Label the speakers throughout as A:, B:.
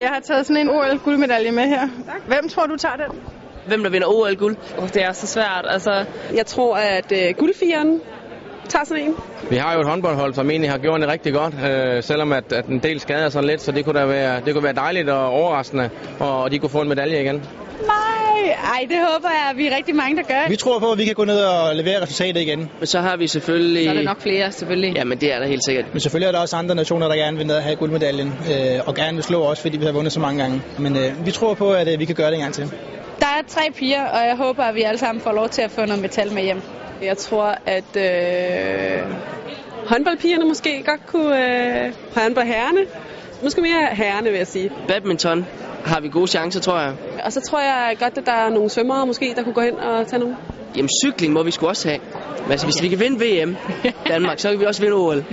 A: Jeg har taget sådan en OL-guldmedalje med her. Tak. Hvem tror du tager den?
B: Hvem der vinder OL-guld?
C: Oh, det er så svært. Altså,
D: jeg tror, at øh, guldfigeren tager sådan en.
E: Vi har jo et håndboldhold, som egentlig har gjort det rigtig godt, øh, selvom at, at en del skader sådan lidt, så det kunne, da være, det kunne være dejligt og overraskende, og, og de kunne få en medalje igen.
F: Nej, ej, det håber jeg, at vi er rigtig mange, der gør.
G: Vi tror på, at vi kan gå ned og levere resultatet igen.
B: Men så har vi selvfølgelig...
C: Så er der nok flere, selvfølgelig.
B: Ja, men det er der helt sikkert.
G: Men selvfølgelig er der også andre nationer, der gerne vil ned og have guldmedaljen, øh, og gerne vil slå os, fordi vi har vundet så mange gange. Men øh, vi tror på, at øh, vi kan gøre det en gang til.
F: Der er tre piger, og jeg håber, at vi alle sammen får lov til at få noget metal med hjem.
D: Jeg tror, at øh, håndboldpigerne måske godt kunne øh, håndboldherrene. Måske mere herrene, vil jeg sige.
B: Badminton har vi gode chancer, tror jeg.
D: Og så tror jeg godt, at der er nogle svømmere måske, der kunne gå hen og tage nogle.
B: Jamen cykling må vi sgu også have. Men altså, hvis vi kan vinde VM Danmark, så kan vi også vinde OL.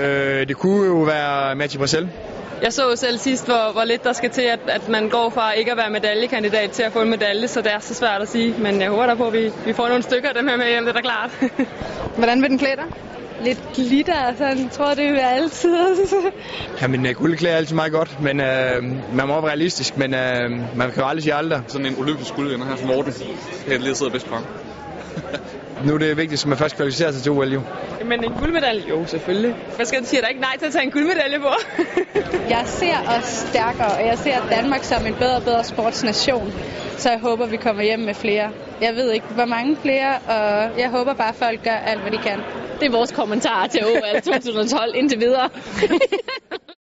H: øh, det kunne jo være Mathieu Brassel.
I: Jeg så jo selv sidst, hvor, hvor lidt der skal til, at, at man går fra ikke at være medaljekandidat til at få en medalje, så det er så svært at sige. Men jeg håber da på, at vi, vi får nogle stykker af dem her med hjem, det er da klart.
A: Hvordan vil den klæde dig?
F: Lidt glitter, og sådan tror det vil være altid.
H: Jamen, guld klæder øh, altid meget godt, men øh, man må være realistisk, men øh, man kan jo aldrig sige aldrig.
J: Sådan en olympisk guldvinder her for Morten, det er lige sidder bedst på ham.
H: nu er det vigtigst, at man først kvalificerer sig til OL, jo.
I: Men en guldmedalje? Jo, selvfølgelig. Hvad skal du sige, at der ikke nej til at tage en guldmedalje på?
F: jeg ser os stærkere, og jeg ser Danmark som en bedre og bedre sportsnation. Så jeg håber, vi kommer hjem med flere. Jeg ved ikke, hvor mange flere, og jeg håber bare, at folk gør alt, hvad de kan.
C: Det er vores kommentar til OL 2012 indtil videre.